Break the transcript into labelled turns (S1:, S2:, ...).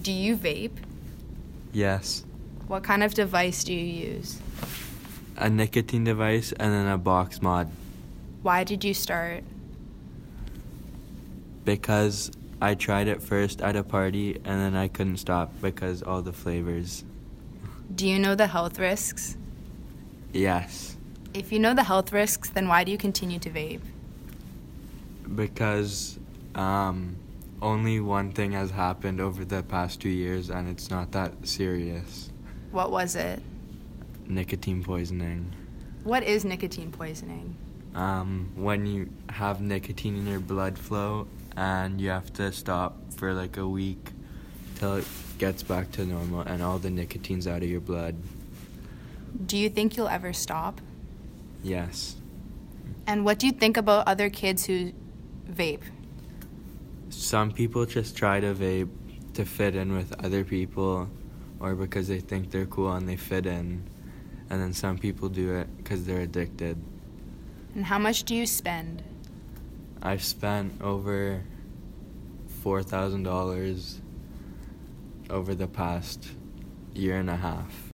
S1: Do you vape?
S2: Yes.
S1: What kind of device do you use?
S2: A nicotine device and then a box mod
S1: Why did you start?
S2: because I tried it first at a party and then I couldn't stop because all the flavors.
S1: Do you know the health risks?
S2: Yes.
S1: If you know the health risks, then why do you continue to vape?
S2: Because um only one thing has happened over the past 2 years and it's not that serious.
S1: What was it?
S2: Nicotine poisoning.
S1: What is nicotine poisoning?
S2: um, when you have nicotine in your blood flow and you have to stop for like a week till it gets back to normal and all the nicotine's out of your blood.
S1: Do you think you'll ever stop?
S2: Yes.
S1: And what do you think about other kids who vape?
S2: Some people just try to vape to fit in with other people or because they think they're cool and they fit in. And then some people do it because they're addicted.
S1: And how much do you spend?
S2: I've spent over $4,000 over the past year and a half.